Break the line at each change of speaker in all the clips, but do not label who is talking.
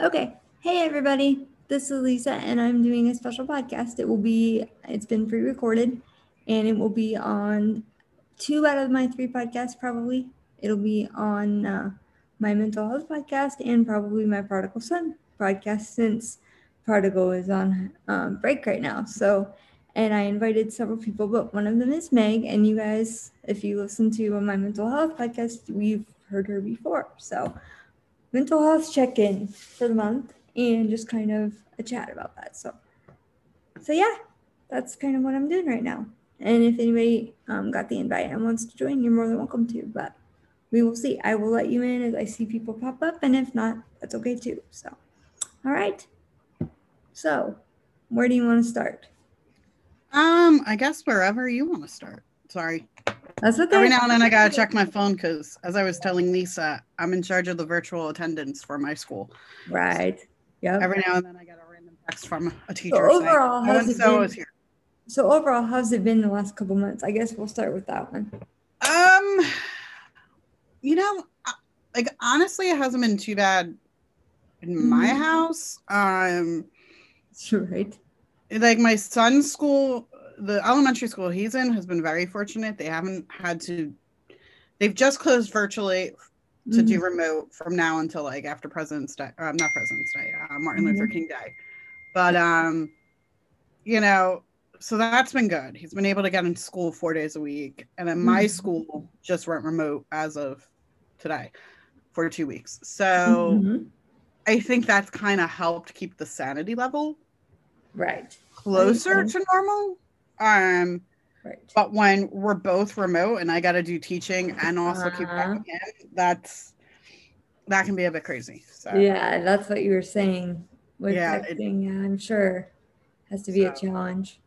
Okay. Hey, everybody. This is Lisa, and I'm doing a special podcast. It will be, it's been pre recorded, and it will be on two out of my three podcasts, probably. It'll be on uh, my mental health podcast and probably my prodigal son podcast since prodigal is on um, break right now. So, and I invited several people, but one of them is Meg. And you guys, if you listen to my mental health podcast, we've heard her before. So, mental health check-in for the month and just kind of a chat about that. So, so yeah, that's kind of what I'm doing right now. And if anybody um, got the invite and wants to join, you're more than welcome to. But we will see. I will let you in as I see people pop up, and if not, that's okay too. So, all right. So, where do you want to start?
Um, I guess wherever you want to start. Sorry.
That's okay.
Every now and then I gotta check my phone because, as I was telling Lisa, I'm in charge of the virtual attendance for my school.
Right. Yep.
Every now and then I get a random text from a teacher.
overall, how's
saying,
it
"Oh, so
been?"
is here.
So overall, how's it been the last couple months? I guess we'll start with that one.
Um, you know, I- like honestly, it hasn't been too bad in my
Mhm.
house. Um,
Sure, right.
like my son's school the elementary school he's in has been very fortunate they haven't had to they've just closed virtually to do remote from now until like after president's day um, not president's day uh, martin luther
Mhm.
king day but um you know so that's been good he's been able to get into school four days a week and then my
Mhm.
school just went remote as of today for two weeks so
Mhm.
i think that's kind of helped keep the sanity level
Right.
closer
Okay.
to normal. Um,
Right.
but when we're both remote and I got to do teaching and also keep track
Uh-huh.
of him, that's that can be a bit crazy. So
Yeah, that's what you were saying. With
Yeah, it-
texting, yeah, I'm sure has to be a
So-
challenge.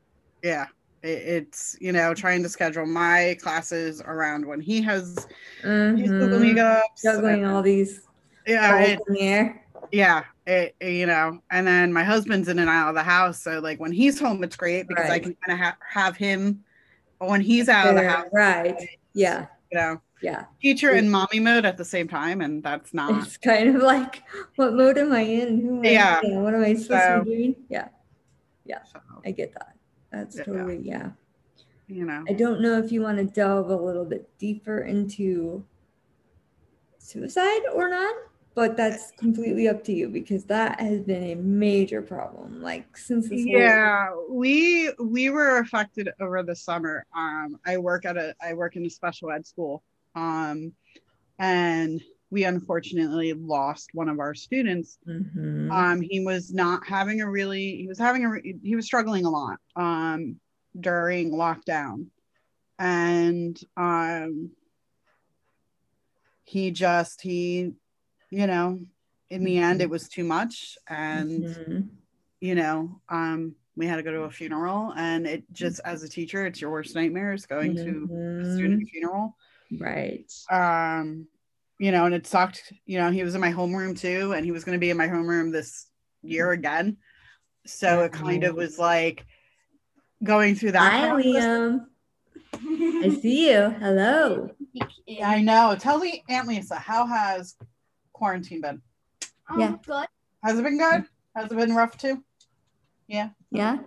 yeah, it, it's you know trying to schedule my classes around when he has his Google
Mhm.
meetups.
Juggling all these
yeah,
balls
it-
in the air.
yeah it, it- you know and then my husband's in and out of the house so like when he's home it's great because i
Right.
can kind of ha- have him but when he's out of the
There,
house
Right. Yeah.
you know
Yeah.
teacher and mommy mode at the same time, and that's not.
It's kind of like, what mode am I in? Who am I?
Uh-huh. Yeah.
yeah, What am I supposed
So-
to be doing? Yeah.
so,
I get that. That's
Yeah.
totally, yeah.
you know,
I don't know if you want to delve a little bit deeper into suicide or not, but that's completely up to you because that has been a major problem. Like since this whole-
yeah, we we were affected over the summer. Um, I work at a I work in a special ed school, um, and we unfortunately lost one of our students.
Mhm.
Um, he was not having a really he was having a re- he was struggling a lot um, during lockdown, and um, he just he you know in the end it
Mm-hmm.
was too much and
Mhm.
you know um we had to go to a funeral and it just as a teacher it's your worst nightmare is going to
Mm-hmm.
a student funeral
right.
um you know and it sucked you know he was in my homeroom too and he was going to be in my homeroom this year again so it kind of was like going through that
Hi,
process.
Liam. I see you. Hello.
Yeah, i know tell me aunt lisa how has quarantine been
Yeah.
Good.
has it been good has it been rough too yeah
Yeah.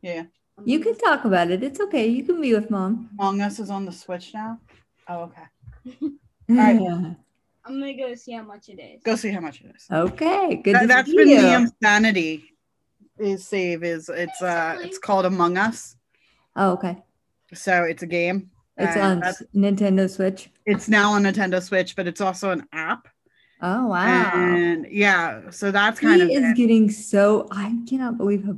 yeah
You can talk about it. It's okay. You can be with mom.
among us is on the switch now oh okay right.
I'm gonna go see how much it is.
go see how much it is
okay. Good.
that,
to
that's
see
been
you.
the insanity is save is it's uh it's called among us
oh, okay.
so it's a game
It's
Uh,
on
that's-
Nintendo Switch.
it's now on nintendo switch but it's also an app
Oh wow.
and yeah so that's
he
kind of
is
it.
getting so I cannot believe how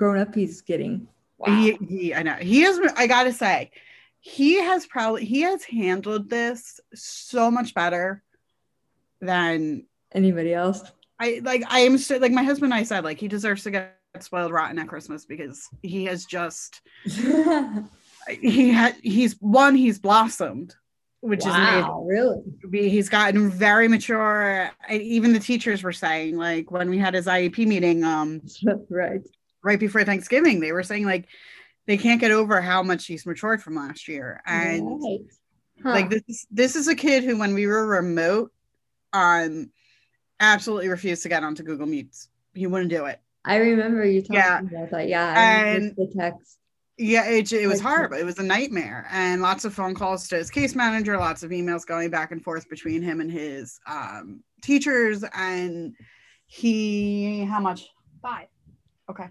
grown up he's getting. Wow.
he, he i know he is i gotta say he has probably he has handled this so much better than
Anybody else?
I like I am so like my husband and I said like he deserves to get spoiled rotten at Christmas because he has just he had he's one he's blossomed which is amazing.
wow, really?
We- he's gotten very mature I, even the teachers were saying like when we had his IEP meeting um
right.
right before Thanksgiving they were saying like they can't get over how much he's matured from last year and
Right. Huh.
like this is this is a kid who when we were remote um absolutely refused to get onto Google Meets he wouldn't do it
I remember you talking
Yeah.
about that. Yeah, I remember
And-
the text.
Yeah, it, j- it was
Like-
horrible. It was a nightmare, and lots of phone calls to his case manager, lots of emails going back and forth between him and his um, teachers. And he, how much?
Five.
Oh
When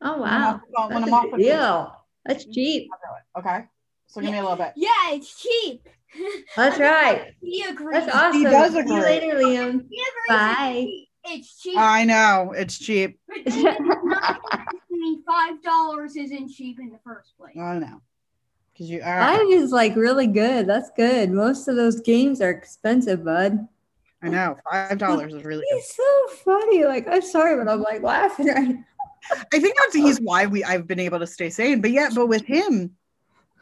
I'm
wow,
off- well, when
that's
I'm off
a
with
good
you,
deal. That's cheap.
Okay, so give me a little bit.
Yeah, it's cheap.
That's right.
He agrees.
That's awesome.
does
See
agree.
you later, Liam.
He agrees.
Bye.
It's cheap.
I know it's cheap.
but David did not convince me five dollars isn't cheap in the first place.
I know because you are. I,
Mine is like really good. That's good. Most of those games are expensive, bud.
know five dollars is really. Good.
He's so funny. Like I'm sorry, but I'm like laughing right. now.
I think that's he's why we I've been able to stay sane. But yet, but with him,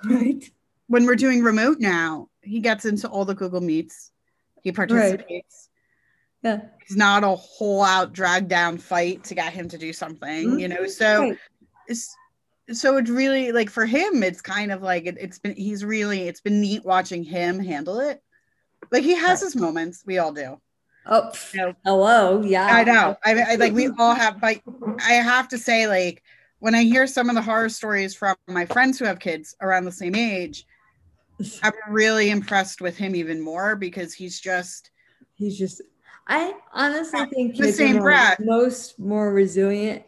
Right.
when we're doing remote now, he gets into all the Google Meets. He participates.
Yeah.
it's not a whole out drag down fight to get him to do something you know so
Mm-hmm. Right.
it's so it's really like for him it's kind of like it, it's been he's really it's been neat watching him handle it like he has his moments we all do
Oh. pff,
No.
Hello. Yeah.
i know I, I like we all have but i have to say like when i hear some of the horror stories from my friends who have kids around the same age i'm really impressed with him even more because he's just
He's just. I honestly think
the
kids
same
are more-
breath.
most more resilient.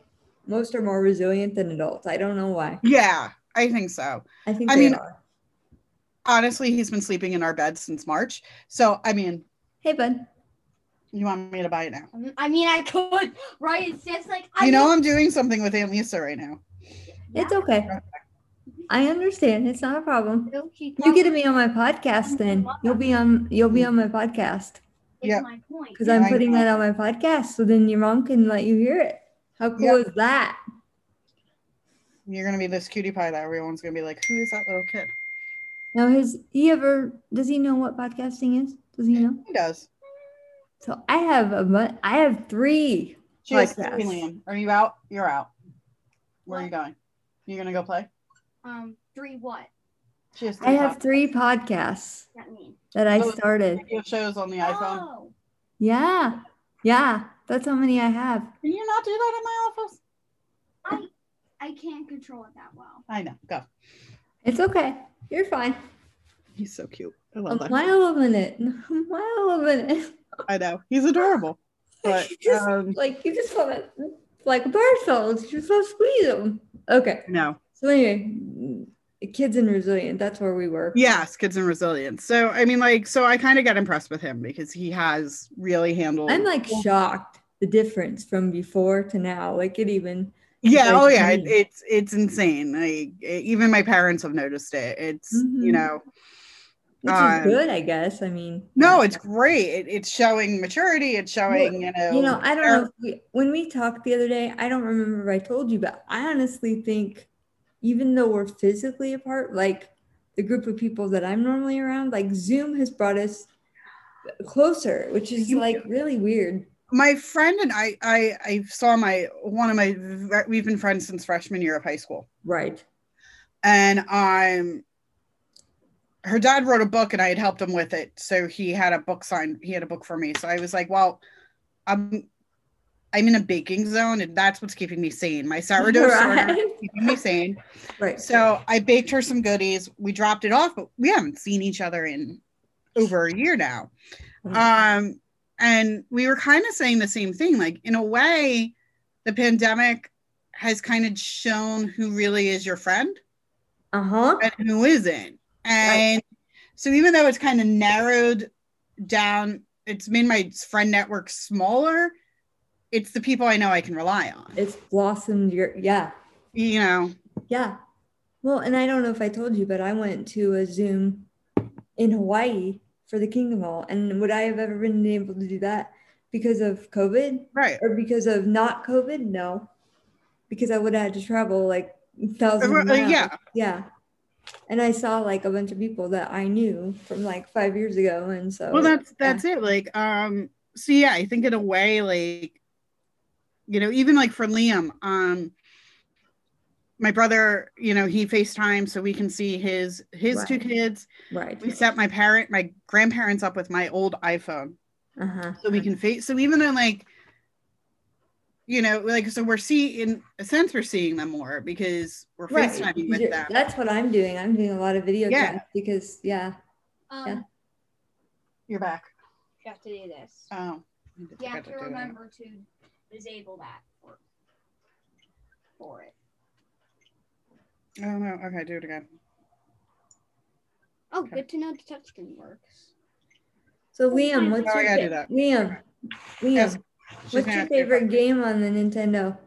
Most are more resilient than adults. I don't know why.
yeah i think so
I think
I
they
mean-
are.
honestly, he's been sleeping in our bed since March. So, I mean,
Hey, bud.
you want me to buy it now?
I mean, I could, right? It's just like I
you know, I'm doing something with Aunt Lisa right now.
It's okay. I understand. It's not a problem.
know she
You
talks-
get to be on my podcast then. You'll be on you'll be on my podcast.
is
yeah.
my point.
Because I'm
I
putting
know.
that on my podcast. So then your mom can let you hear it. How cool
Yep.
is that?
You're gonna be this cutie pie that everyone's gonna be like, "Who is that little kid?"
Now his he ever does he know what podcasting is? Does he know?
He does.
So I have a bu- I have three.
She likes
Podcast.
Liam. Are you out? You're out. Where are you going? You're gonna go play.
Um, three what?
She has.
I
three
have three podcasts
Does that mean?
that I
So it's-
started.
video shows on the iPhone.
Oh,
Yeah. Yeah. That's how many I have.
Can you not do that in my office?
I can't control it that well.
I know. Go.
It's okay. You're fine.
He's so cute. I
A
love that.
mile a minute. A mile a minute.
I know. He's adorable. But
Just-
um,
like you just want to like barcells you just want to squeeze them okay
no.
so anyway kids and resilient that's where we were
Yes, kids and resilience. So I mean, like, so I kind of got impressed with him because he has really handled.
i'm like shocked the difference from before to now like it even
yeah,
like mm.
oh yeah, it,
me.
it's it's insane. Like it- even my parents have noticed it. It's
Mhm.
you know,
which
Um,
is good i guess i mean
no, it's great. It, it's showing maturity. It's showing you know.
you know i don't know if we, when we talked the other day i don't remember if i told you but i honestly think even though we're physically apart like the group of people that i'm normally around like zoom has brought us closer which is like really weird
My friend and I, I, I saw my one of my. We've been friends since freshman year of high school,
right
and I'm. Her dad wrote a book, and I had helped him with it. So he had a book signed. He had a book for me. So I was like, well, I'm. I'm in a baking zone, and that's what's keeping me sane. My sourdough starter is
right,
keeping me sane.
right.
So I baked her some goodies. We dropped it off, but we haven't seen each other in over a year now. Um, and we were kind of saying the same thing. Like, in a way, the pandemic has kind of shown who really is your friend
uh-huh
and who isn't. And so even though it's kind of narrowed down, it's made my friend network smaller. It's the people I know I can rely on.
it's blossomed your yeah
You know,
yeah Well, and I don't know if I told you, but I went to a Zoom in Hawaii for the Kingdom Hall. And would I have ever been able to do that because of COVID
Right.
or because of not COVID? No, because I would have had to travel like thousands
Uh,
of miles.
yeah.
Yeah. And I saw like a bunch of people that I knew from like five years ago. And so,
Well, that's that's it. Like, um, so yeah, I think in a way, like, you know, even like for Liam, um, my brother, you know, he FaceTime so we can see his his two
Right.
kids.
right.
We set my parent, my grandparents up with my old iPhone.
Uh-huh.
so we can face so even in like you know like so we're seeing in a sense we're seeing them more because we're
Right.
facetiming with
You're-
them
That's what I'm doing. I'm doing a lot of video
Yeah.
chats because, yeah.
Um,
Yeah.
you're back
You have to do this.
oh I
you have
forgot
to
do that.
remember to disable that for, for it.
oh no okay do it again
Oh,
Okay.
good to know the touchscreen works.
So, Liam, what's
Oh, I
your
gotta do
fa-
that.
Liam, Liam,
Yes,
what's
She's gonna
your
ask you about-
favorite game on the Nintendo?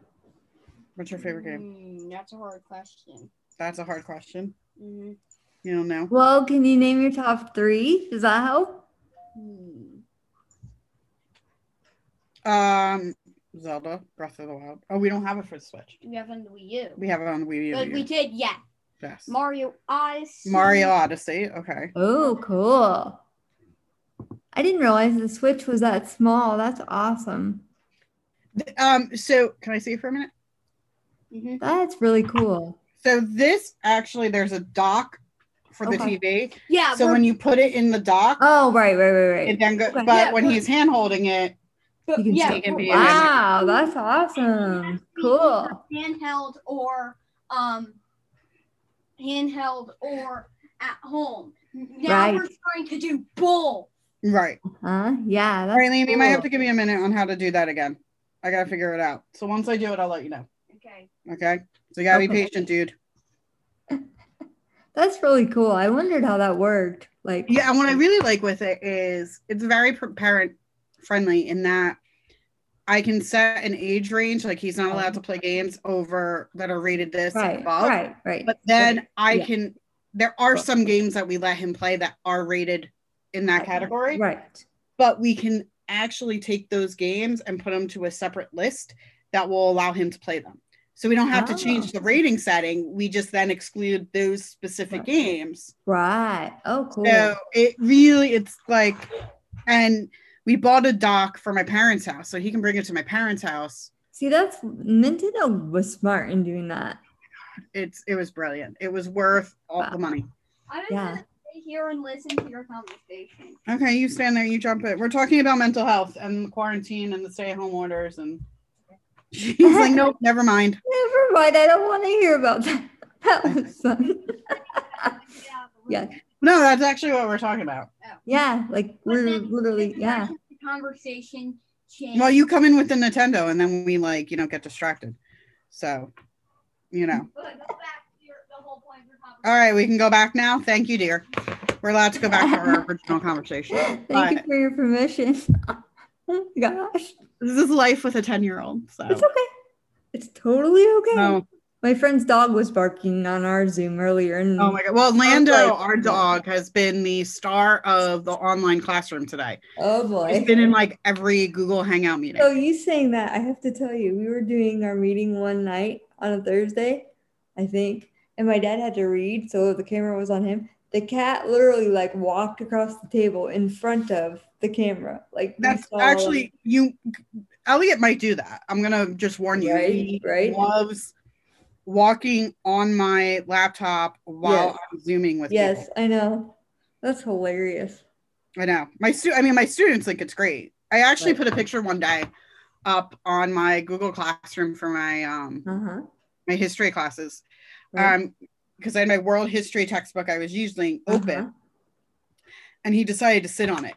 what's your favorite game
Mm, that's a hard question.
that's a hard question
Mm,
you don't know
Well, can you name your top three? Does that help?
hmm.
um zelda breath of the wild oh we don't have it for the switch
Do we have on the Wii U?
we have it on the wii u
but we did, yeah.
yes
Mario Odyssey.
mario odyssey okay
Oh, cool. I didn't realize the Switch was that small. That's awesome.
Th- um so can i see you for a minute
Mhm.
That's really cool.
so this actually there's a dock for the
Okay.
tv
Yeah.
So
we're-
when you put it in the dock,
Oh, right, right, right,
it
right.
then go,
Okay.
but
Yeah,
when
but-
he's hand holding it,
but-
You can
yeah,
take it
we're-
via-
Wow, that's awesome. Cool.
Handheld or um, handheld or at home. Now we're
Right.
trying to do both.
right.
Huh? Yeah.
All right,
That's
Liam, you might have
cool.
to give me a minute on how to do that again. I gotta figure it out. So once I do it, I'll let you know.
Okay.
Okay. So you gotta be
Okay.
patient, dude.
That's really cool. I wondered how that worked. Like,
Yeah, and what I really like with it is it's very pr- parent friendly in that I can set an age range. Like he's not allowed to play games over that are rated this and
right,
above.
right, right.
But then I
Yeah.
can. There are
Right.
some games that we let him play that are rated in that category.
right.
but we can actually take those games and put them to a separate list that will allow him to play them. So we don't have
Oh.
to change the rating setting. We just then exclude those specific
Right.
games.
Right. Oh, cool.
So it really, it's like, and we bought a dock for my parents' house, so he can bring it to my parents' house.
See, that's Nintendo was smart in doing that.
It's it was brilliant. It was worth all
Wow.
the money.
I'm just
Yeah.
gonna stay here and listen to your conversation.
Okay, you stand there, you jump it. We're talking about mental health and quarantine and the stay-at-home orders, and she's like, nope, never mind.
Never mind. I don't want to hear about that. That was fun.
Yeah. but
yeah.
No, that's actually what we're talking about.
Yeah. Like
But
we're
then-
literally,
then
yeah.
The conversation changed.
Well, you come in with the Nintendo, and then we like you know get distracted. So, you know.
But go back to your, the whole point of your conversation.
All right, we can go back now. Thank you, dear. We're allowed to go back to our original conversation.
Thank you
But
for your permission. oh my gosh.
this is life with a ten-year-old. So,
It's okay. It's totally okay.
oh,
My friend's dog was barking on our Zoom earlier. And
oh my god. Well, Lando,
like-
our dog, has been the star of the online classroom today.
Oh,
He's
boy.
been in like every Google Hangout meeting.
So you saying that, I have to tell you, we were doing our meeting one night on a Thursday, I think, and my dad had to read, so the camera was on him. The cat literally like walked across the table in front of the camera. Like we
That's
saw-
actually you. Elliot might do that. I'm gonna just warn you.
Right,
He
right.
Loves walking on my laptop while
Yes.
I'm zooming with.
yes,
people.
I know. That's hilarious.
I know. My stu- I mean, my students think it's great. I actually
Right.
put a picture one day up on my Google Classroom for my um
Uh huh.
my history classes.
Right.
Um, because I had my world history textbook I was usually open,
Uh-huh.
and he decided to sit on it.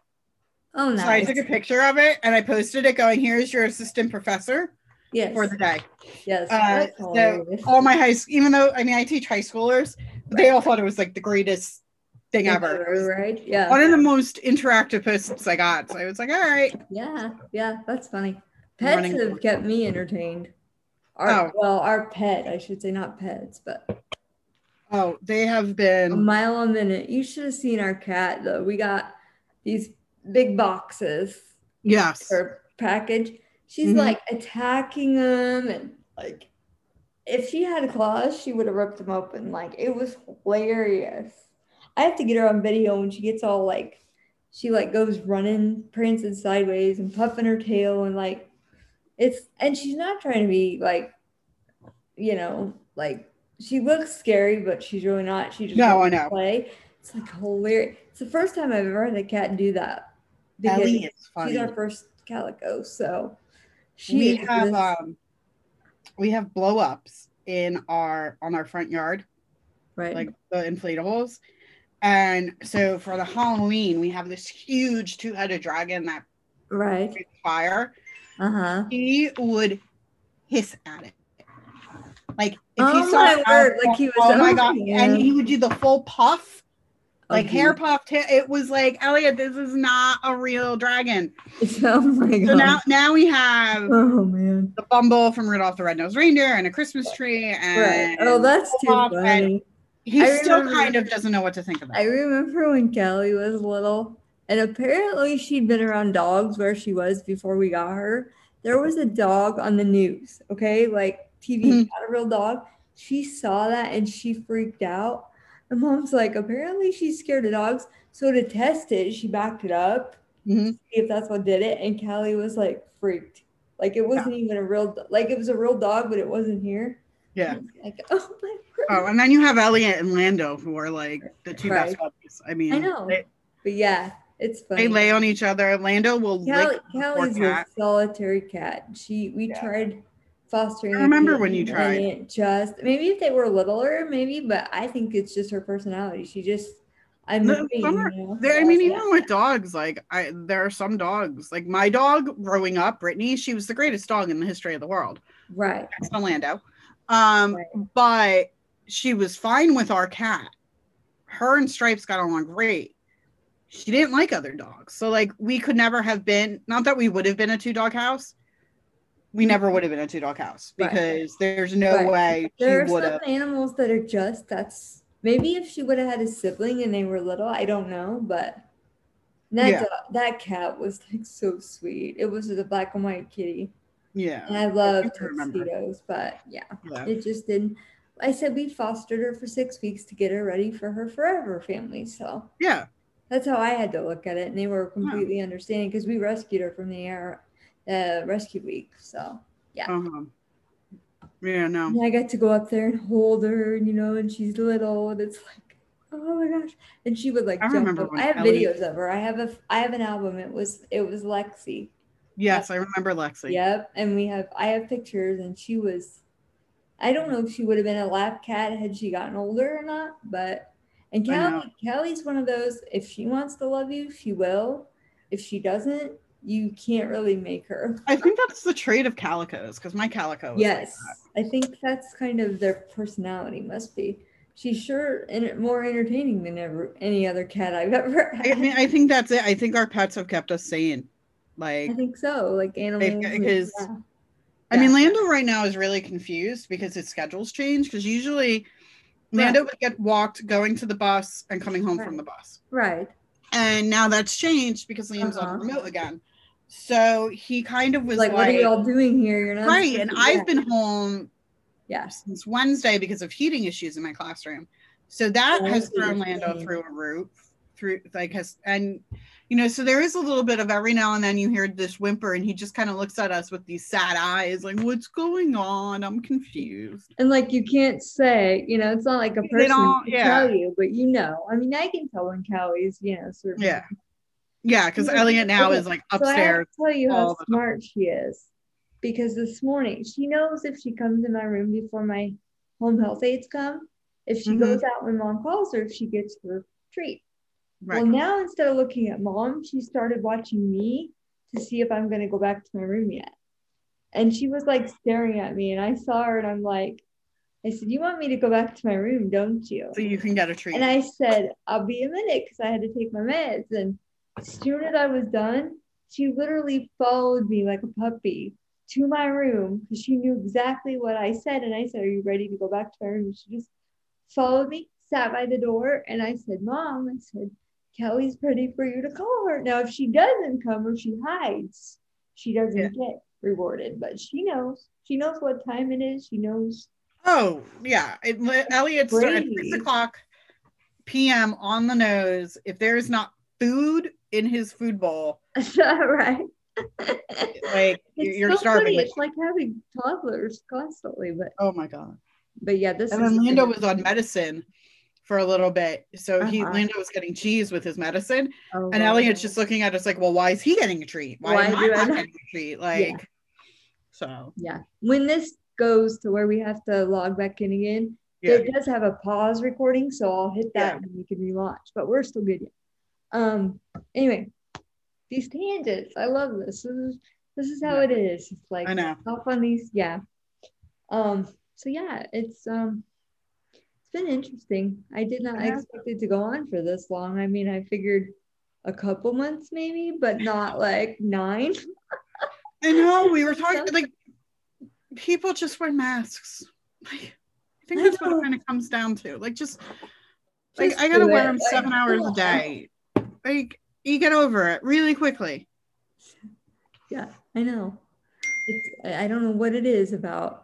Oh,
So I
nice.
took a picture of it and I posted it, going, "Here's your assistant professor
yes.
for the day."
yes.
uh,
that's
so
hilarious.
all my high school, even though I mean I teach high schoolers, but they all thought it was like the greatest thing ever. It was
Right? Yeah.
One of the most interactive posts I got. So I was like, all right.
Yeah, yeah, that's funny.
I'm
Pets
running-
have kept me entertained. Our
Oh.
well, our pet, I should say, not pets, but
Oh, they have
a
been.
mile a minute. You should have seen our cat though. We got these big boxes
Yes.
her package. She's
Mhm.
like attacking them and like if she had claws, she would have ripped them open. Like it was hilarious. I have to get her on video when she gets all like she like goes running, prancing sideways and puffing her tail and like it's and she's not trying to be like you know, like she looks scary, but she's really not. She just
No, I
wants to
know.
play. It's like hilarious. It's the first time I've ever had a cat do that.
Ellie is funny.
She's our first calico, so she
we
is
have
this-
um, we have blow ups in our on our front yard,
right.
like the inflatables. And so for the Halloween, we have this huge two-headed dragon that
right.
breathes fire.
Uh huh.
He would hiss at it. Like if
Oh
he saw
my
it,
word, like he was
oh my god,
owning
and
it.
he would do the full puff, like
Okay.
hair puffed. hair- It was like Elliot, this is not a real dragon.
Oh my god.
So now, now we have
oh man.
the Bumble from Rudolph the Red-Nosed Reindeer and a Christmas tree,
Right.
and
Oh, that's too
Olaf, and
funny.
he
I
still
remember-
kind of doesn't know what to think of
I
that.
remember when Callie was little, and apparently she'd been around dogs where she was before we got her. There was a dog on the news, okay, like TV,
Mhm.
not a real dog. She saw that and she freaked out. And mom's like, apparently she's scared of dogs. So to test it, she backed it up
Mhm.
see if that's what did it. And Callie was like freaked. Like it wasn't even a real like it was a real dog, but it wasn't here.
Yeah.
Like, oh my
Oh, and then you have Elliot and Lando, who are like the two best
Right.
puppies. I mean,
I know.
They,
But yeah, it's funny.
they lay on each other. Lando will
Callie,
lick the poor
Callie's a
cat.
solitary cat. She we
Yeah.
tried fostering.
I
a
remember
kitten
when you
and
tried.
it just maybe if they were littler, maybe, but I think it's just her personality. She just I'm
No,
mean,
some are-
you know?
There, I mean,
Yeah.
even with dogs, like I, there are some dogs. Like my dog, growing up, Brittany, she was the greatest dog in the history of the world.
right.
Next to Lando, um,
Right.
but she was fine with our cat. Her and Stripes got along great. She didn't like other dogs, so like we could never have been. Not that we would have been a two dog house. We never would have been a two dog house
Right.
because there's no
Right.
way
There are
she would
some
have.
animals that are just that's maybe if she would have had a sibling and they were little, I don't know, but that
Yeah.
dog- that cat was like so sweet. It was a black and white kitty, and
Yeah,
I love
I remember.
tuxedos, but yeah,
yeah.
it just didn't. I said we fostered her for six weeks to get her ready for her forever family, so
yeah.
that's how I had to look at it, and they were completely understanding because we rescued her from the air, uh, rescue week, so.
Uh-huh. Yeah, no.
And I got to go up there and hold her, and you know, and she's little, and it's like, oh my gosh. And she would like
I
jump
remember
up.
when
I have
Ellie-
videos of her. I have a I have an album. It was it was Lexi.
Yes, I remember Lexi.
Yep. And we have I have pictures and she was I don't know if she would have been a lap cat had she gotten older or not, but and
I know.
Callie Callie's one of those if she wants to love you, she will. If she doesn't, you can't really make her.
I think that's the trait of calicos because my calico was like
Yes, I think that's kind of their personality. Must be. She's sure and more entertaining than ever any other cat I've ever.
that. I
Had.
mean, I think that's it. I think our pets have kept us sane. Like,
I think so. Like animals. and-
because-
yeah.
I mean,
yeah.
Lando right now is really confused because his schedule's changed. Because usually, Lando would get walked going to the bus and coming home from
Right.
the bus,
Right.
and now that's changed because Liam's on
Uh-huh.
remote again. So he kind of was
Like,
like,
what are you all doing here? You're not
right,
supposed
and
to be
I've
out.
been home
Yeah.
since Wednesday because of heating issues in my classroom. So that
Oh,
has
I
thrown
see.
Lando through a roof, through like has and you know, so there is a little bit of every now and then you hear this whimper and he just kind of looks at us with these sad eyes, like, What's going on? I'm confused.
And like you can't say, you know, it's not like a
They
person
don't-
can
yeah.
tell you, but you know. I mean, I can tell when Callie's, you know, sort of.
Yeah. Yeah, because
Yeah.
Elliot now
Okay,
is like
So I have
upstairs.
to tell you
all
how
the time.
smart she is because this morning she knows if she comes in my room before my home health aides come, if she
Mhm.
goes out when mom calls her, if she gets her treat.
Right.
Well, now instead of looking at mom, she started watching me to see if I'm going to go back to my room yet. And she was like staring at me, and I saw her, and I'm like, I said, You want me to go back to my room, don't you?
so you can get a treat.
And I said, I'll be a minute because I had to take my meds. And as soon as I was done, she literally followed me like a puppy to my room because she knew exactly what I said. And I said, Are you ready to go back to my room? She just followed me, sat by the door, and I said, Mom, I said, Kelly's pretty for you to call her. Now, if she doesn't come or she hides, she doesn't
Yeah.
get rewarded, but she knows. She knows what time it is. She knows.
Oh yeah, it, li- Elliot started at six
Brady.
o'clock p.m. on the nose. If there is not food in his food bowl,
right.
like you're,
It's
you're
so
starving.
funny. It's like having toddlers constantly, but
oh my god!
but yeah, this
And
is
then Lando was on medicine for a little bit, so he
Uh-huh.
Lando was getting cheese with his medicine,
Oh,
and
wow.
Elliot's just looking at us like, "Well, why is he getting a treat? Why,
Why
am I
do I
not
not?"
getting a treat?" Like, so
yeah. When this goes to where we have to log back in again,
yeah,
it does have a pause recording, so I'll hit that
Yeah.
and we can relaunch. But we're still good. Yet. Um. Anyway, these tangents, I love this. This is this is how
Yeah.
it is. It's like
I know.
off on these, yeah. Um. So yeah, it's um. It's been interesting. I did not
Yeah.
expect it to go on for this long. I mean, I figured a couple months maybe, but not like nine.
I know we were
It's
talking
so-
like people just wear masks. Like, I think
I
that's what
know.
it kind of comes down to. Like just like
Just
I gotta
do
wear
it.
them
Like,
seven hours a
cool.
day. Like you get over it really quickly.
Yeah, I know. It's I I don't know what it is about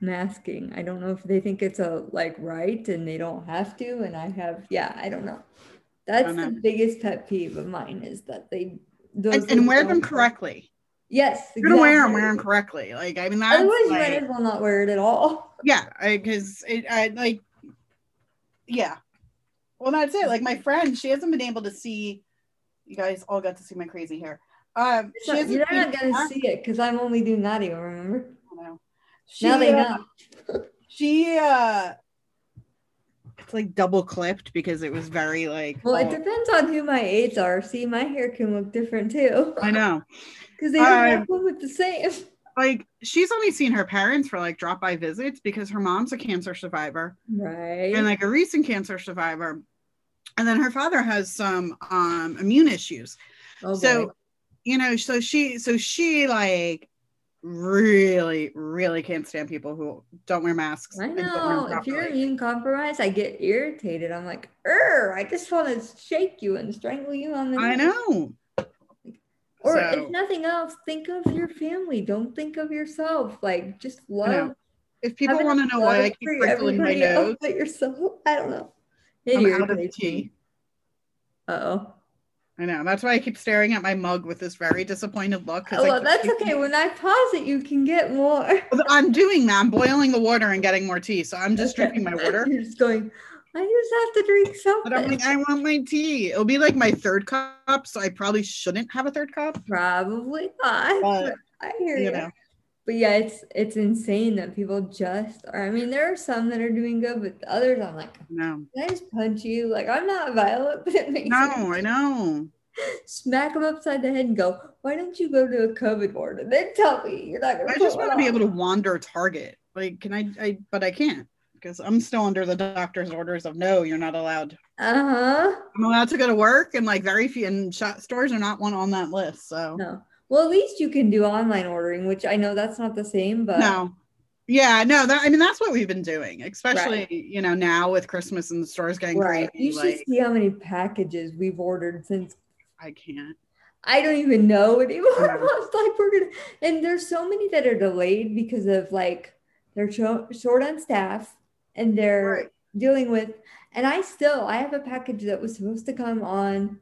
masking. I don't know if they think it's a like right and they don't have to. And I have, yeah, I don't know. That's
know.
the biggest pet peeve of mine is that they those
And, and
things
wear them
don't-
correctly.
Yes,
You're gonna wear them, wear them
exactly.
correctly. Like I mean that's
Otherwise, you might
like,
as well not wear it at all.
yeah, because it I like yeah. Well that's it. Like my friend, she hasn't been able to see you guys all got to see my crazy hair. Um
It's
she
not-
hasn't
you're
been-
not gonna see it because I'm only doing audio. Remember?
I don't know.
now
She,
they
uh,
know.
she uh it's like double clipped because it was very like
Well,
oh,
it depends on who my aides are. See, my hair can look different too
i know
because they don't
Um,
all look the same.
like she's only seen her parents for like drop by visits because her mom's a cancer survivor
Right.
and like a recent cancer survivor and then her father has some um immune issues
Oh,
so
boy.
you know so she so she like really really can't stand people who don't wear masks
I
and don't wear
know.
them
If you're
properly.
immune compromised, I get irritated. I'm like, er, I just want to shake you and strangle you on the
i
neck."
know
Or
So-
if nothing else, think of your family. Don't think of yourself. Like just love.
if people
have
want to
enough
know why
love
i keep
for
wrinkling my
everybody else
nose
But yourself. I don't know.
I'm out of tea.
Uh oh.
I know. That's why I keep staring at my mug with this very disappointed look. 'cause I
Oh, Well,
keep
that's
thinking-
okay. When I pause it, you can get more.
I'm doing that. I'm boiling the water and getting more tea. So I'm just
Okay.
drinking my water.
You're just going. I just have to drink
But I'm
something.
like, I want my tea. It'll be like my third cup. So I probably shouldn't have a third cup.
Probably not.
But,
but I hear
You
you.
know,
but yeah, it's it's insane that people just are. I mean, there are some that are doing good, but others I'm like,
no.
can I just punch you? Like I'm not violent, but it makes me
No, I know.
smack them upside the head and go, why don't you go to a COVID ward and then tell me you're not gonna.
I
put
just
one
want to be
on."
able to wander Target. Like, can I? I but I can't because I'm still under the doctor's orders of no, you're not allowed.
Uh huh.
I'm allowed to go to work, and like very few and shop stores are not one on that list. So
No. Well, at least you can do online ordering, which I know that's not the same, but
no yeah no that i mean that's what we've been doing especially
Right.
you know now with christmas and the stores getting
right.
crazy
You should
like
see how many packages we've ordered since
i can't
I don't even know anymore.
Yeah.
It's like we're gonna, and there's so many that are delayed because of like they're cho- short on staff and they're
Right.
dealing with. And I still, I have a package that was supposed to come on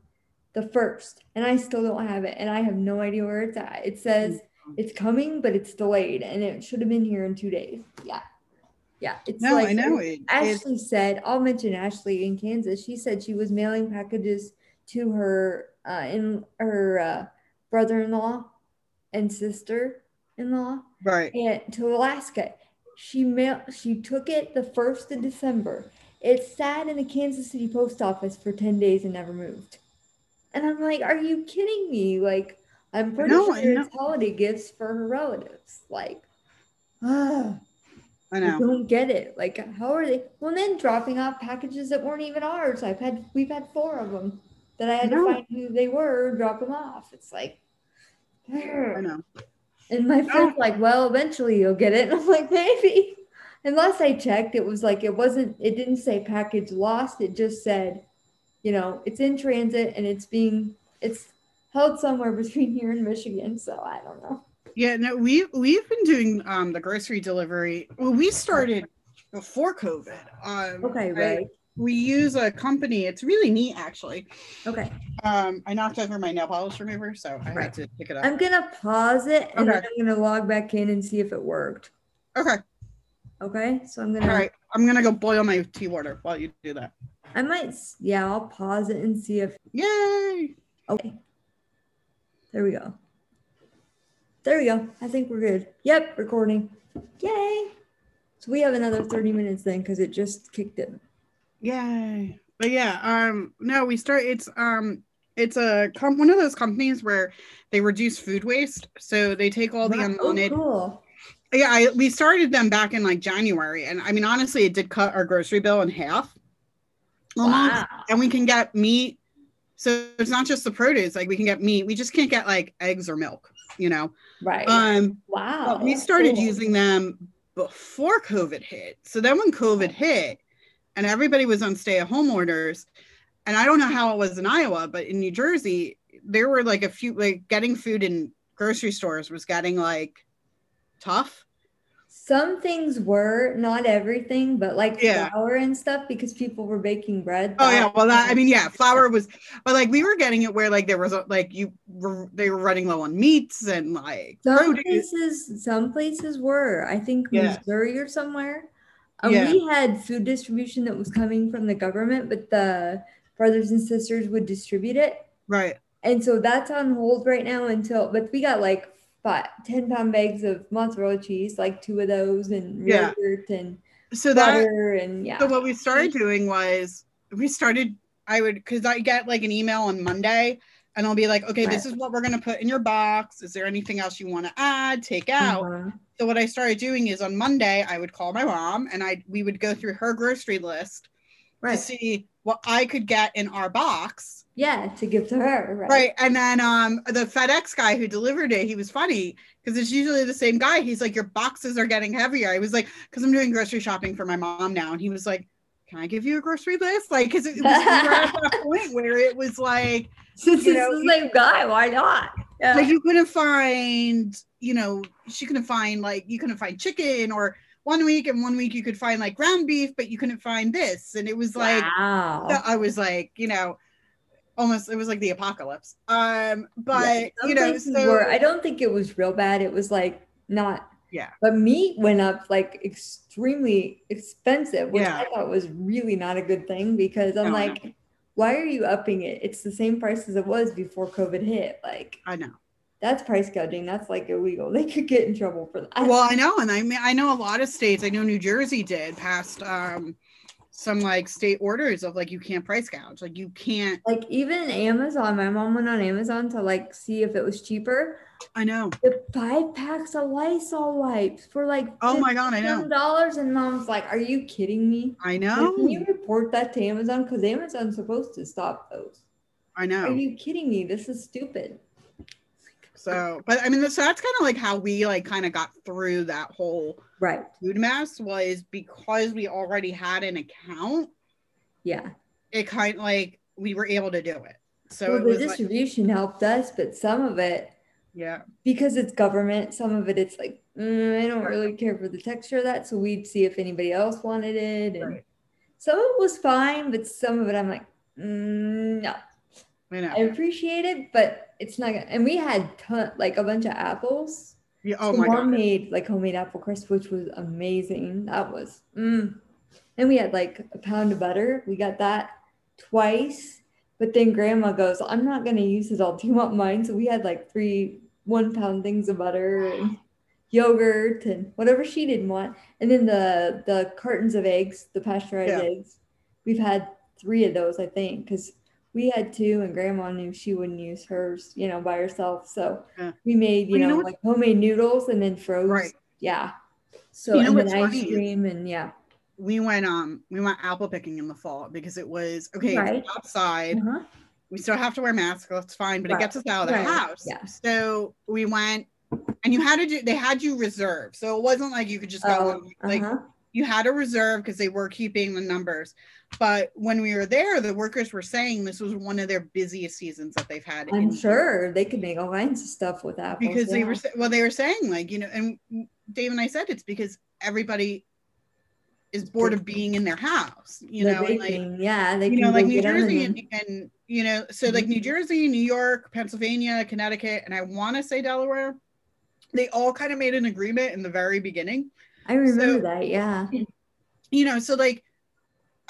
the first, and I still don't have it, and I have no idea where it's at. It says
Mm-hmm.
it's coming, but it's delayed, and it should have been here in two days. Yeah, yeah. It's
no
like
i know it, it
Ashley said, I'll mention Ashley in Kansas. She said she was mailing packages to her uh, in her uh, brother-in-law and sister-in-law
right
and to Alaska. She mail she took it the first of December. It sat in the Kansas City post office for ten days and never moved. And I'm like, are you kidding me? Like, I'm pretty
know, I
sure
know.
it's holiday gifts for her relatives. Like,
i
I
know
don't get it. Like, how are they? Well, and then dropping off packages that weren't even ours. I've had, we've had four of them that I had
No.
to find who they were, and drop them off. It's like,
i know
and my friend's like, well, eventually you'll get it. And I'm like, maybe. And last I checked, it was like it wasn't. It didn't say package lost. It just said, you know, it's in transit and it's being it's held somewhere between here and Michigan. So I don't know.
Yeah, no, we we've been doing um the grocery delivery. Well, we started before COVID. Um,
Okay,
I-
Ray.
we use a company. It's really neat, actually.
Okay,
Um, I knocked over my nail polish remover, so I had
Right.
to pick it up.
I'm gonna pause it and then
Okay.
I'm gonna log back in and see if it worked.
okay,
Okay, so I'm gonna.
all right. I'm gonna go boil my tea water while you do that.
I might. s- Yeah, I'll pause it and see if.
Yay!
Okay. There we go. There we go. I think we're good. Yep, recording. Yay! So we have another 30 minutes then because it just kicked it.
Yay! But yeah, um, no, we start. It's um, it's a com- one of those companies where they reduce food waste, so they take all the
Wow,
unwanted
cool.
Yeah, I, we started them back in like January, and I mean, honestly, it did cut our grocery bill in half. Almost.
Wow.
And we can get meat. So it's not just the produce; like we can get meat. We just can't get like eggs or milk, you know.
Right.
Um,
wow.
but we
that's
started
cool.
using them before COVID hit. So then when COVID hit and everybody was on stay at home orders, and I don't know how it was in Iowa, but in New Jersey, there were like a few, like getting food in grocery stores was getting like tough.
Some things were not everything, but like
Yeah.
flour and stuff because people were baking bread.
Oh yeah, well that I mean yeah, flour was, but like we were getting it where like there was a, like you were they were running low on meats and like
some
produce.
places, some places were. I think
Yeah.
Missouri or somewhere. Uh,
Yeah.
We had food distribution that was coming from the government, but the brothers and sisters would distribute it,
Right.
and so that's on hold right now until. But we got like five, 10 pound bags of mozzarella cheese, like two of those, and
Yeah.
yogurt and
So that
butter, and yeah.
so what we started doing was we started I would because I get like an email on Monday and I'll be like, okay, this is what we're gonna put in your box. Is there anything else you want to add, take out?
Uh-huh.
So what I started doing is on Monday I would call my mom and I we would go through her grocery list
Right.
to see what I could get in our box.
Yeah, to give to her. Right.
Right. And then um the FedEx guy who delivered it, he was funny because it's usually the same guy. He's like, Your boxes are getting heavier. I was like, because I'm doing grocery shopping for my mom now. And he was like, Can I give you a grocery list? Like, because it was we were at that point where it was like,
Since
You
it's
know,
the
you-
same guy, why not? Yeah.
like you couldn't find, you know, she couldn't find like you couldn't find chicken or one week and one week you could find like ground beef, but you couldn't find this. And it was like
wow.
I was like, you know, almost it was like the apocalypse. Um,
Yeah,
but
some
you know,
places
so
were- I don't think it was real bad. It was like not.
Yeah.
But meat went up like extremely expensive, which
Yeah.
I thought was really not a good thing because I'm
No, I know.
like, why are you upping it? It's the same price as it was before COVID hit. Like
I know.
that's price gouging. That's like illegal. They could get in trouble for that.
Well, I know, and I mean, I know a lot of states. I know New Jersey did passed um, some like state orders of like you can't price gouge, like you can't.
like even Amazon, my mom went on Amazon to like see if it was cheaper.
I know.
the five packs of Lysol wipes for like
Oh my god, I know.
dollars, and mom's like, "Are you kidding me?
I
Like, Can you
know.
report that to Amazon? Because Amazon's supposed to stop those.
I
Are
know.
you kidding me? This is stupid."
So, but I mean, so that's kind of like how we like kind of got through that whole
Right?
food mess was because we already had an account.
Yeah.
It kind of like we were able to do it. So
well,
it
the
was like,
distribution helped us, but some of it
yeah,
because it's government, some of it it's like "Mm, I don't really care for the texture of that, so we'd see if anybody else wanted it, and
right.
some of it was fine, but some of it I'm like, "Mm, no.
I
I
know.
appreciate it, but it's not gonna. And we had ton, like a bunch of apples.
Yeah, oh
So
my
mom
god.
made like homemade apple crisp, which was amazing. That was. Mm. And we had like a pound of butter. We got that twice, but then Grandma goes, "I'm not gonna use it all. Do you want mine?" So we had like three one pound things of butter and yogurt and whatever she didn't want. And then the the cartons of eggs, the pasteurized
Yeah.
eggs. We've had three of those, I think, because we had two, and Grandma knew she wouldn't use hers, you know, by herself. So
Yeah.
we made, you,
Well, you
know,
know what-
like homemade noodles and then froze.
Right.
Yeah. So
You know
and then
what's
ice
funny is-
cream and yeah.
we went um we went apple picking in the fall because it was okay it's
Right.
outside
Uh-huh.
we still have to wear masks that's fine but
Right.
it gets us out of
Right.
the house
Yeah.
so we went and you had to do they had you reserve so it wasn't like you could just go
Oh,
like
uh-huh.
you had a reserve because they were keeping the numbers. But when we were there, the workers were saying this was one of their busiest seasons that they've had.
I'm
in-
sure they could make all kinds of stuff with apples.
because they
yeah.
were sa- well, they were saying like you know, and Dave and I said it's because everybody is bored of being in their house, you
They're
know, and like
baking, yeah, they
you
can
know, like
go
New
get Mm-hmm. 'em
Jersey
and-
and, and you know, so like New Jersey, New York, Pennsylvania, Connecticut, and I want to say Delaware, they all kind of made an agreement in the very beginning
I remember
so-
that. Yeah,
you know so like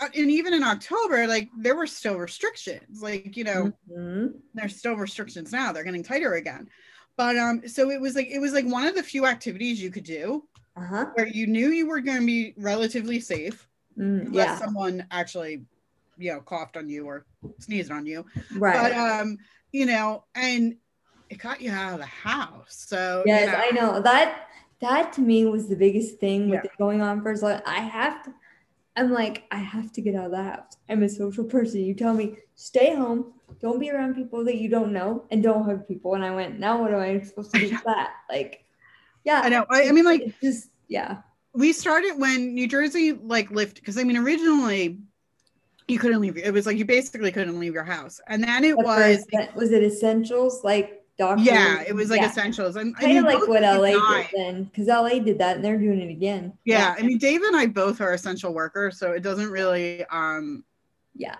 uh, and even in october like there were still restrictions like you know
Mhm.
there's still restrictions now they're getting tighter again but um so it was like it was like one of the few activities you could do
uh huh.
where you knew you were going to be relatively safe
Mm,
unless
yeah,
someone actually you know coughed on you or sneezed on you
right.
but um you know and it got you out of the house so you
yes,
know,
I know that. That to me was the biggest thing with
Yeah.
it going on for as long. I have to. I'm like, I have to get out of the house. I'm a social person. You tell me stay home, don't be around people that you don't know, and don't hug people. And I went, now what am I supposed to do with that? Like, yeah,
I know. I- I mean, like-
it's just yeah,
we started when New Jersey like lifted because I mean originally you couldn't leave it was like you basically couldn't leave your house and then it
But for
was
essen- was it essentials like doctors?
yeah it was like
yeah.
essentials and I
kind of
mean,
like
both
what
Dave
LA
and
did
I-
then, because LA did that and they're doing it again.
yeah I mean Dave and I both are essential workers so it doesn't really um
yeah.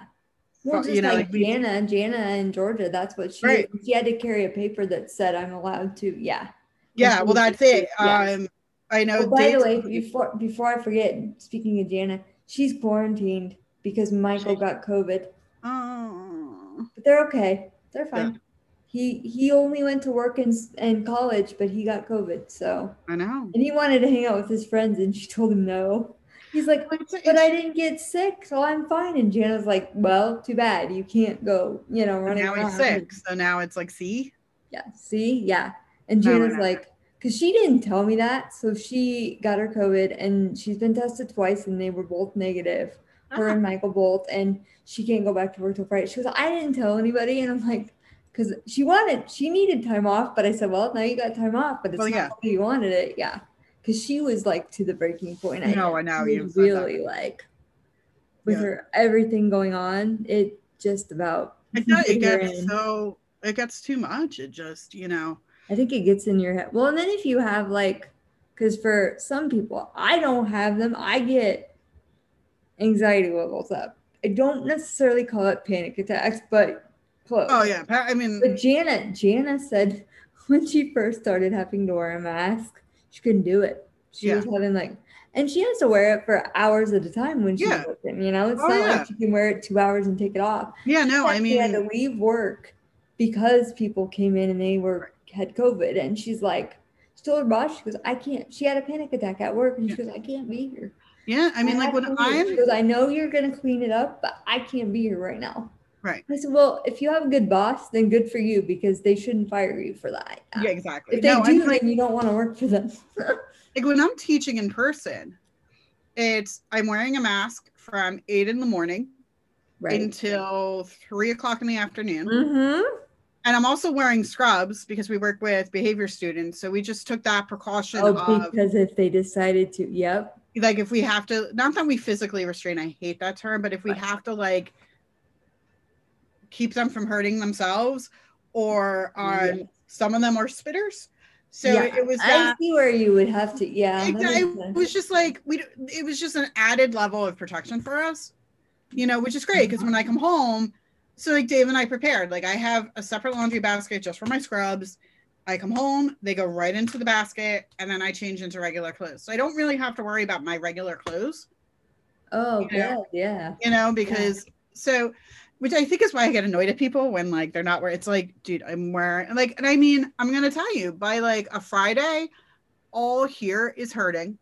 Well,
So,
just
you know,
like,
like we-
Jana, Jana in Georgia, that's what she
Right.
she had to carry a paper that said I'm allowed to. Yeah.
yeah well that's it
Yeah.
um I know
Oh, by the
Dave's-
way, before before I forget, speaking of Jana, she's quarantined because Michael got COVID,
oh
but they're okay. They're fine.
Yeah.
He he only went to work in s- in college, but he got COVID. So
I know
and he wanted to hang out with his friends, and she told him no. He's like,
It's-
but
it's-
I didn't get sick, so I'm fine. And Jana's like, well, too bad. You can't go, you know, running
now
around.
he's sick so now it's like see
Yeah. See? Yeah. And
No, we're
Jana's
not.
like, because she didn't tell me that. So she got her COVID and she's been tested twice and they were both negative, her
Uh-huh.
and Michael both. And she can't go back to work till Friday. She goes, I didn't tell anybody. And I'm like, because she wanted, she needed time off. But I said, well, now you got time off, but it's
Well,
not
yeah.
how you wanted it. Yeah. Because she was like to the breaking point. I
no I know
was
you said that.
really like with
Yeah.
her everything going on, it just about
it, does, it
you're
gets
in.
so it gets too much it just you know
I think it gets in your head. Well, and then if you have like, because for some people, I don't have them. I get anxiety levels up. I don't necessarily call it panic attacks, but close.
oh yeah pa- I mean
But Janet, Jana said when she first started having to wear a mask, she couldn't do it. She was having like, and she has to wear it for hours at a time when she's
Yeah.
working. You know, it's
Oh,
not
yeah.
like she can wear it two hours and take it off.
Yeah, no, I
fact, she had
mean,
to leave work because people came in and they were had COVID, and she's like, she told her boss, she goes, I can't. She had a panic attack at work, and she goes, I can't be here.
yeah, I mean, like
have to
when
leave." she
I'm
goes, I know you're gonna clean it up, but I can't be here right now.
right,
I said, well, if you have a good boss, then good for you because they shouldn't fire you for that.
yeah, exactly.
If they
no,
do,
I'm like,
then you don't want to work for them.
like when I'm teaching in person, it's I'm wearing a mask from eight in the morning
right.
until three o'clock in the afternoon,
Mm-hmm.
and I'm also wearing scrubs because we work with behavior students, so we just took that precaution
Oh,
of
because if they decided to, yep.
like if we have to, not that we physically restrain, I hate that term, but if we
Right.
have to like keep them from hurting themselves, or um,
Yes.
some of them are spitters. So
Yeah,
it was that
I see where you would have to. Yeah. that
It,
makes
it
sense.
was just like we. It was just an added level of protection for us, you know, which is great because when I come home, so like Dave and I prepared. Like I have a separate laundry basket just for my scrubs. I come home, they go right into the basket, and then I change into regular clothes. So I don't really have to worry about my regular clothes,
Oh,
you know?
good. Yeah.
you know, because so, which I think is why I get annoyed at people when like they're not where it's like, dude, I'm wearing like, and I mean, I'm gonna tell you by like a Friday, all here is hurting,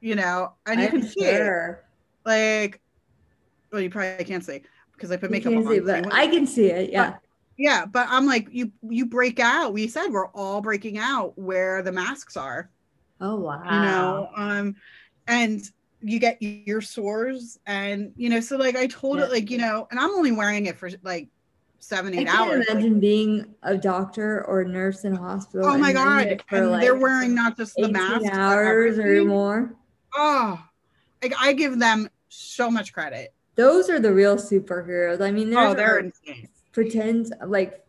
you know, and you
I'm
can see it.
sure.
Like, well, you probably can't see because I put
You
makeup
can't
on.
see,
so I
but I
wouldn't-
can see it. Yeah.
yeah, but I'm like, you you break out. We said we're all breaking out where the masks are
Oh wow.
you know um and you get ear sores and you know so like i told it
Yeah.
like you know and i'm only wearing it for like seven
I
eight
can't
hours like,
imagine being a doctor or a nurse in a hospital.
oh my
and wearing
god
it
and they're
like,
wearing not just the
18
mask
hours or more.
oh like I give them so much credit.
Those are the real superheroes. I mean, there's
Oh, they're
like,
insane.
pretend like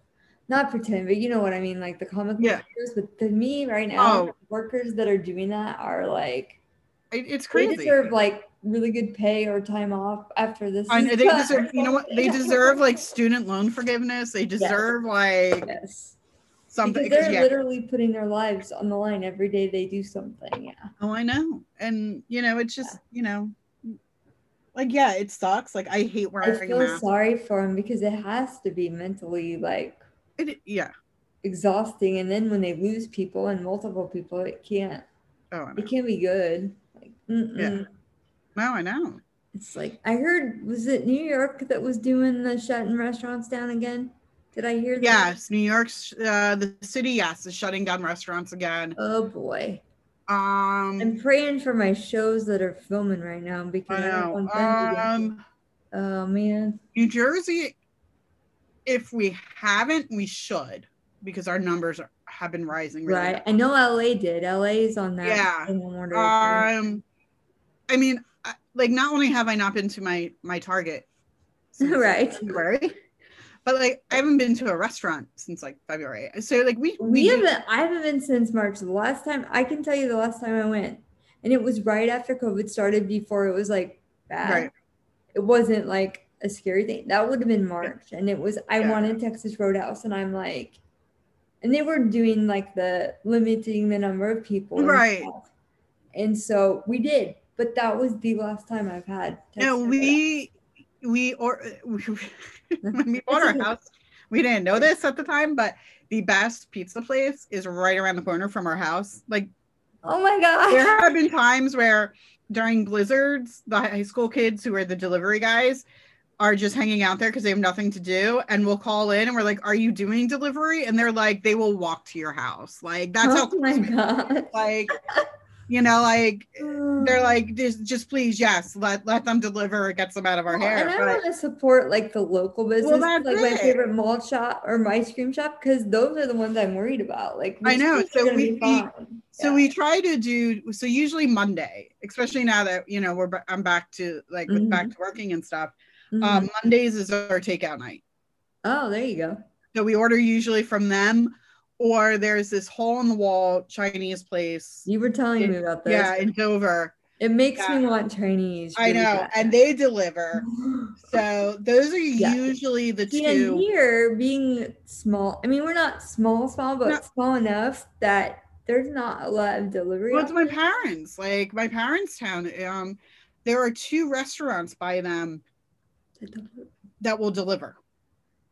not pretend, but you know what I mean, like the comic book
Yeah.
workers. But to me, right now,
Oh.
workers that are doing that are like
It, it's
they
crazy.
deserve like really good pay or time off after this.
I
is
know, they
done.
deserve, you know what? They deserve like student loan forgiveness. They deserve like
yes,
something.
because
'cause,
they're
yeah.
literally putting their lives on the line every day. They do something. Yeah.
Oh, I know. And you know, it's just you know, like yeah, it sucks. Like I hate
I
wearing a
feel
mask.
sorry for him because it has to be mentally like
It, yeah.
exhausting, and then when they lose people and multiple people, it can't
Oh, I know.
it can't be good. Like, mm-mm.
no, I know.
it's like I heard was it New York that was doing the shutting restaurants down again? Did I hear? that?
Yes, New York's uh, the city. Yes, is shutting down restaurants again.
Oh boy,
Um,
I'm praying for my shows that are filming right now because
I
I don't
know.
want them to get-
Um,
oh man,
New Jersey, if we haven't, we should because our numbers are, have been rising. Really
right? I know LA did. LA is on that.
Yeah.
thing I'm wondering if they're-
Um, I mean, I- like, not only have I not been to my my Target, since
Right.
February, but like, I haven't been to a restaurant since like February. So like, we
We
do-
haven't. I haven't been since March. The last time I can tell you, the last time I went, and it was right after COVID started. Before it was like bad.
Right.
It wasn't like a scary thing. That would have been March, and it was. I
Yeah.
wanted Texas Roadhouse, and I'm like, and they were doing like the limiting the number of people, and
Right.
stuff. And so we did, but that was the last time I've had.
no,
Texas
we we or we, when we bought
It's
our
okay.
house, we didn't know this at the time, but the best pizza place is right around the corner from our house. Like,
Roadhouse. Oh my god.
there have been times where during blizzards, the high school kids who are the delivery guys are just hanging out there because they have nothing to do. And we'll call in and we're like, Are you doing delivery? And they're like, They will walk to your house. Like, that's
oh
how,
my god.
like, you know, like, they're like, just, just please, yes, let, let them deliver, it gets them out of our
Well,
hair.
And I
But-
want to support like the local business,
that's
like my
it.
favorite malt shop or my ice cream shop, because those are the ones I'm worried about. Like
I know,
these
so
are gonna
we-
be fine.
So
Yeah.
we try to do so usually Monday, especially now that you know we're ba- I'm back to like
Mhm.
back to working and stuff.
Mhm.
Um, Mondays is our takeout night.
oh, there you go.
So we order usually from them, or there's this hole in the wall Chinese place.
You were telling me about this.
Yeah, in Dover.
it makes
yeah.
me want Chinese.
I
really
know,
bad.
and they deliver. So those are
Yeah.
usually the
See, and
two.
here being small, I mean we're not small, small, but
No.
small enough that there's not a lot of delivery.
Well, it's my
options.
parents. Like my parents' town. Um, there are two restaurants by them that will deliver.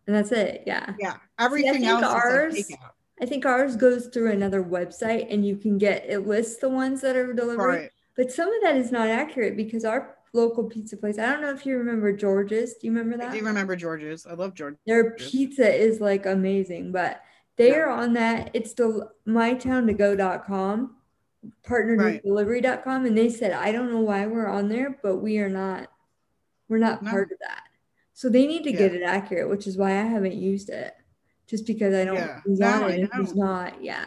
and that's it. Yeah.
Yeah, everything
think
else
ours-
is like takeout.
I think ours goes through another website and you can get it lists the ones that are delivered.
Right.
But some of that is not accurate because our local pizza place, I don't know if you remember George's. Do you remember that?
I do remember George's. I love George.
Their
George's.
pizza is like amazing, but they
Yeah.
are on that. It's the mytowntogo.com partnered
Right.
with delivery.com and they said, I don't know why we're on there, but we are not we're not
No.
part of that. So they need to
Yeah.
get it accurate, which is why I haven't used it. Just because I don't
Yeah.
want
No, I
it if it's
know.
not, yeah.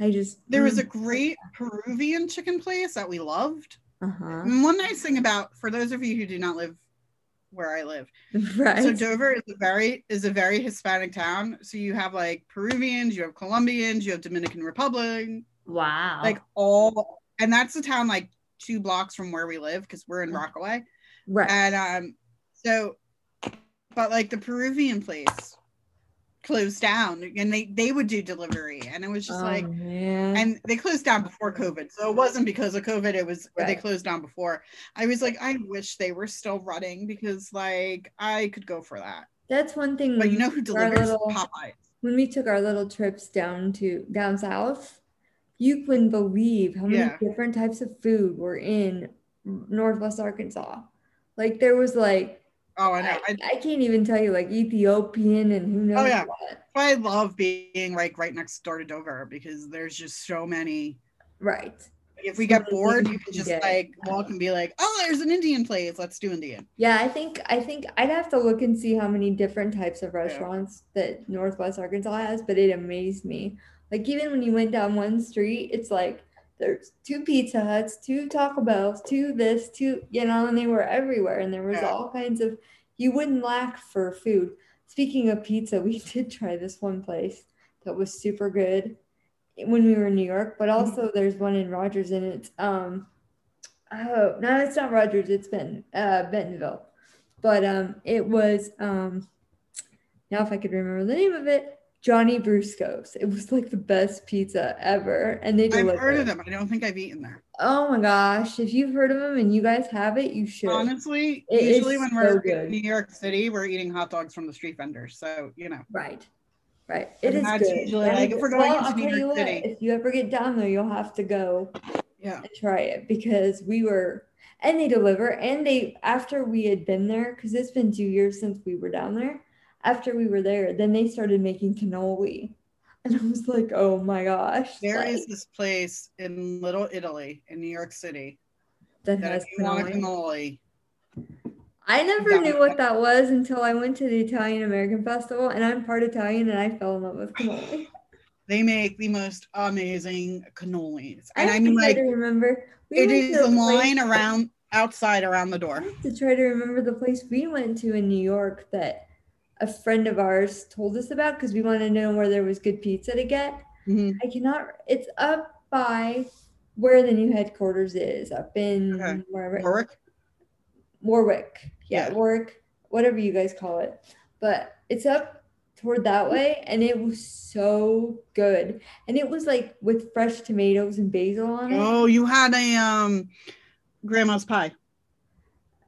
I just
There was a
mm,
great Peruvian chicken place that we loved.
uh-huh.
And one nice thing about for those of you who do not live where I live,
right.
so Dover is a very is a very Hispanic town. So you have like Peruvians, you have Colombians, you have Dominican Republic,
wow.
like all, and that's a town like two blocks from where we live because we're in Rockaway.
right.
And um, so, but like the Peruvian place closed down, and they they would do delivery, and it was just
Oh,
like
man.
and they closed down before COVID, so it wasn't because of COVID. It was or they
Right.
closed down before. I was like, I wish they were still running because like I could go for that.
that's one thing.
But you know who
For Mm, our
delivers
little-
Popeyes?
when we took our little trips down to down south, you couldn't believe how many
Yeah.
different types of food were in Northwest Arkansas. Like there was like
Oh, I know.
I,
I, Oh,
I can't even tell you like Ethiopian and who knows
yeah.
what.
I love being like right next door to Dover because there's just so many.
Right.
If we
So
get
many
bored,
things
you
to
can just
get.
like walk and be like, oh, there's an Indian place. Let's do Indian.
Yeah, I think I think I'd have to look and see how many different types of restaurants that Northwest Arkansas has, but it amazed me. Like even when you went down one street, it's like there's two Pizza Huts, two Taco Bells, two this, two, you know, and they were everywhere. And there was
Yeah.
all kinds of, you wouldn't lack for food. Speaking of pizza, we did try this one place that was super good when we were in New York, but
Mm-hmm.
also there's one in Rogers and it's, um, oh, no, it's not Rogers, it's Benton, uh, Bentonville. But um, it was, um, now if I could remember the name of it, Johnny Brusco's. It was like the best pizza ever. And they
I've
delivered.
heard of them. I don't think I've eaten there.
Oh my gosh. If you've heard of them and you guys have it, you should.
Honestly,
It is
usually when
so
we're
good.
in New York City, we're eating hot dogs from the street vendor. So you know,
Right. Right. It
And
is
that's
good.
usually,
That
like,
is
if we're
good.
going
Well,
into
I'll
New
tell
York
you what,
City.
If you ever get down there, you'll have to go
yeah,
and try it because we were and they deliver and they after we had been there, because it's been two years since we were down there. After we were there, then they started making cannoli. And I was like, oh my gosh.
there
like,
is this place in Little Italy in New York City
that
that
has
if you want a
cannoli.
cannoli,
I never
Yeah.
knew what that was until I went to the Italian American Festival, and I'm part Italian, and I fell in love with cannoli.
they make the most amazing cannolis.
I
And I
have
mean,
to try
like
to remember. We
it
went
is
to a
a
place-
line around outside around the door.
to try to remember the place we went to in New York that a friend of ours told us about because we wanted to know where there was good pizza to get.
Mhm.
I cannot. It's up by where the new headquarters is, up in
Okay.
wherever
Warwick.
Warwick. Yeah,
Yeah.
Warwick, whatever you guys call it. But it's up toward
Mm.
that way and it was so good. And it was like with fresh tomatoes and basil on it.
Oh, you had a um grandma's pie.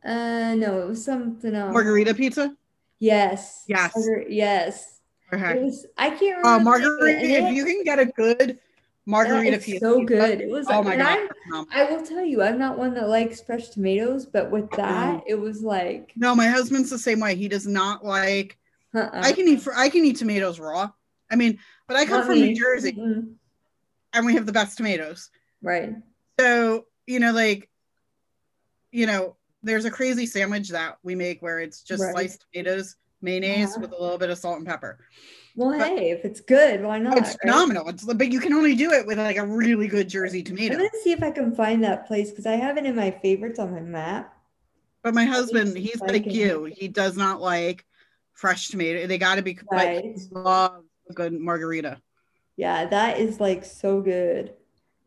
Uh no, it was something else.
Margarita pizza?
Yes.
Yes.
Margar- yes. It
Okay.
was I can't remember.
Uh,
the name of it,
margarita,
and
if
it-
you can get a good margarita
it's
pizza.
so good. It was
Oh my
and
god.
I'm-
Mom.
I will tell you, I'm not one that likes fresh tomatoes, but with that, it was like
No, my husband's the same way. He does not like
uh-uh.
I can eat fr- I can eat tomatoes raw. I mean, but I come
Not
from New
me.
Jersey
Mm-mm.
and we have the best tomatoes.
Right.
So, you know, like, you know, there's a crazy sandwich that we make where it's just
Right.
sliced tomatoes, mayonnaise
Uh-huh.
with a little bit of salt and pepper.
Well,
But-
hey, if it's good, why not?
it's
right?
phenomenal. It's but you can only do it with like a really good Jersey
I'm
tomato.
gonna see if I can find that place because I have it in my favorites on my map.
But my husband, he's
Like
like
it.
you. He does not like fresh tomato. They got to be but
Right.
he loves a good margarita.
Yeah, that is like so good.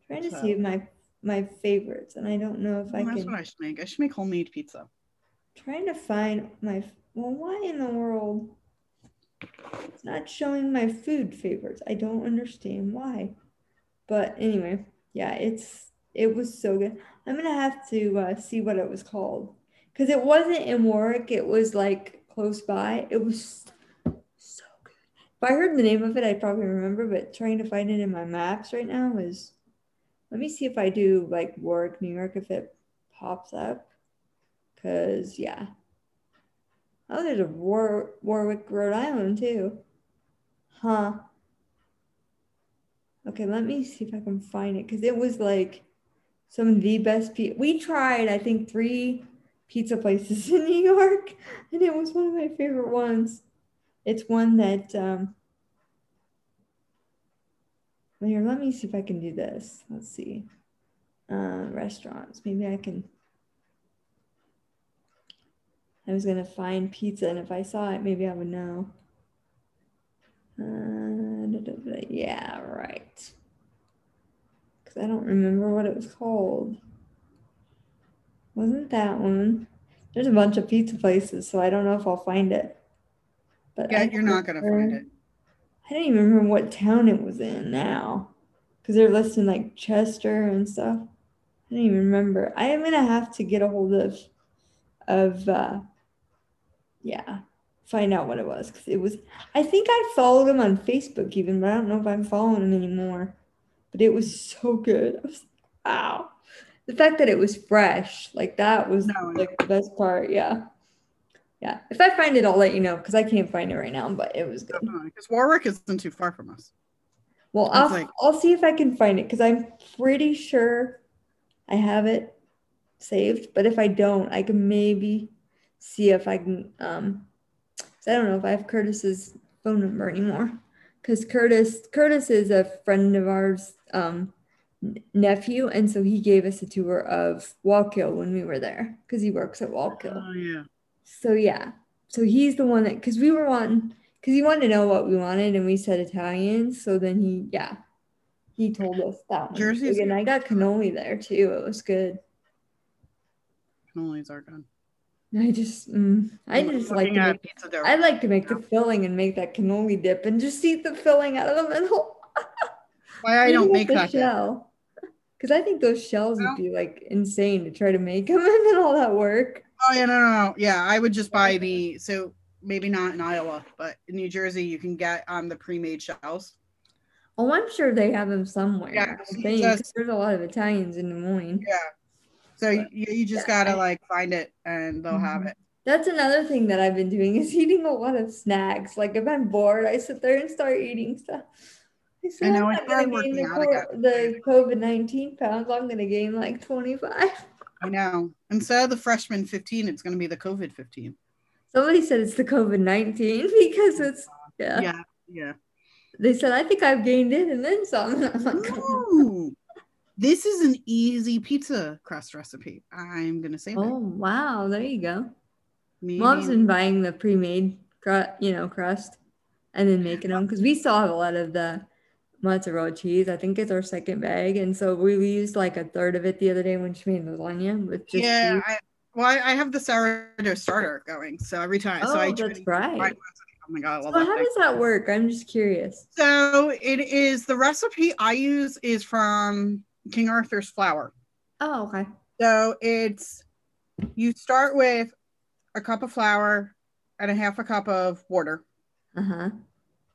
trying to
So-
see my my favorites, and I don't know if I
Well, Oh, that's
can.
what I should make. I should make homemade pizza.
trying to find my well why in the world it's not showing my food favorites i don't understand why but anyway yeah it's it was so good i'm gonna have to uh, see what it was called because it wasn't in warwick it was like close by it was so good if i heard the name of it i'd probably remember but trying to find it in my maps right now is let me see if i do like warwick new york if it pops up Cause yeah. Oh, there's a War Warwick, Rhode Island too. Huh. Okay, let me see if I can find it. Cause it was like some of the best pizza. We tried, I think, three pizza places in New York, and it was one of my favorite ones. It's one that um here, let me see if I can do this. Let's see. Uh, restaurants. Maybe I can. I was gonna find pizza, and if I saw it, maybe I would know. Uh, da, da, da, yeah, right. Because I don't remember what it was called. Wasn't that one? There's a bunch of pizza places, so I don't know if I'll find it. But I
Yeah, you're not gonna find
remember-
it.
I don't even remember what town it was in now, because they're listing like Chester and stuff. I don't even remember. I am gonna have to get a hold of, of, uh, yeah, find out what it was because it was. I think I followed him on Facebook even, but I don't know if I'm following him anymore. But it was so good. I was like, wow, the fact that it was fresh like that was
No, I know.
like the best part. Yeah, yeah. If I find it, I'll let you know because I can't find it right now. But it was good.
Because Warwick isn't too far from us.
Well,
It's
I'll
like-
I'll see if I can find it because I'm pretty sure I have it saved. But if I don't, I can maybe see if I can. Um, 'cause I don't know if I have Curtis's phone number anymore because Curtis Curtis is a friend of ours. Um, nephew, and so he gave us a tour of Wallkill when we were there because he works at Wallkill.
Oh yeah.
So yeah, so he's the one that because we were wanting because he wanted to know what we wanted, and we said Italian. So then he yeah, he told us that one.
Jersey's-
and I got cannoli there too. It was good.
Cannolis are good.
I just mm, I
I'm
just like
looking
to
at
make,
pizza dough.
I like to make the filling and make that cannoli dip and just eat the filling out of the middle.
Why I don't make
the
that. yet.
shell. Because I think those shells
Well-
would be like insane to try to make them and then all that work.
Oh yeah, no, no, no. Yeah, I would just buy the so maybe not in Iowa, but in New Jersey you can get um the pre-made shells.
Oh, I'm sure they have them somewhere.
Yeah,
I think,
just-
'cause there's a lot of Italians in Des Moines.
Yeah. So you, you just
Yeah,
gotta
I-
like find it and they'll have
Mhm.
it.
That's another thing that I've been doing is eating a lot of snacks. Like if I'm bored, I sit there and start eating stuff. I, said,
I know,
I'm not
it's
gonna gain
hard working
the,
out again.
cor- the COVID 19 pounds. I'm going to gain like 25.
I know. Instead of the freshman 15, it's gonna be the COVID 15.
Somebody said it's the COVID 19 because it's, yeah.
Yeah. Yeah.
They said, I think I've gained it and then some. I'm like,
Ooh, this is an easy pizza crust recipe. I'm gonna save
Oh
it.
wow, there you go.
Maybe-
Mom's been buying the pre-made, cru- you know, crust, and then making them because we still have a lot of the mozzarella cheese. I think it's our second bag, and so we used like a third of it the other day when she made lasagna with just
yeah.
cheese.
I, well, I, I have the sourdough starter going, so every time,
Oh,
so I try
that's
to-
right.
Oh my god, I
So
love that.
how
thing.
does that work? I'm just curious.
So it is the recipe I use is from King Arthur's flour.
Oh, okay.
So it's you start with a cup of flour and a half a cup of water,
Uh huh.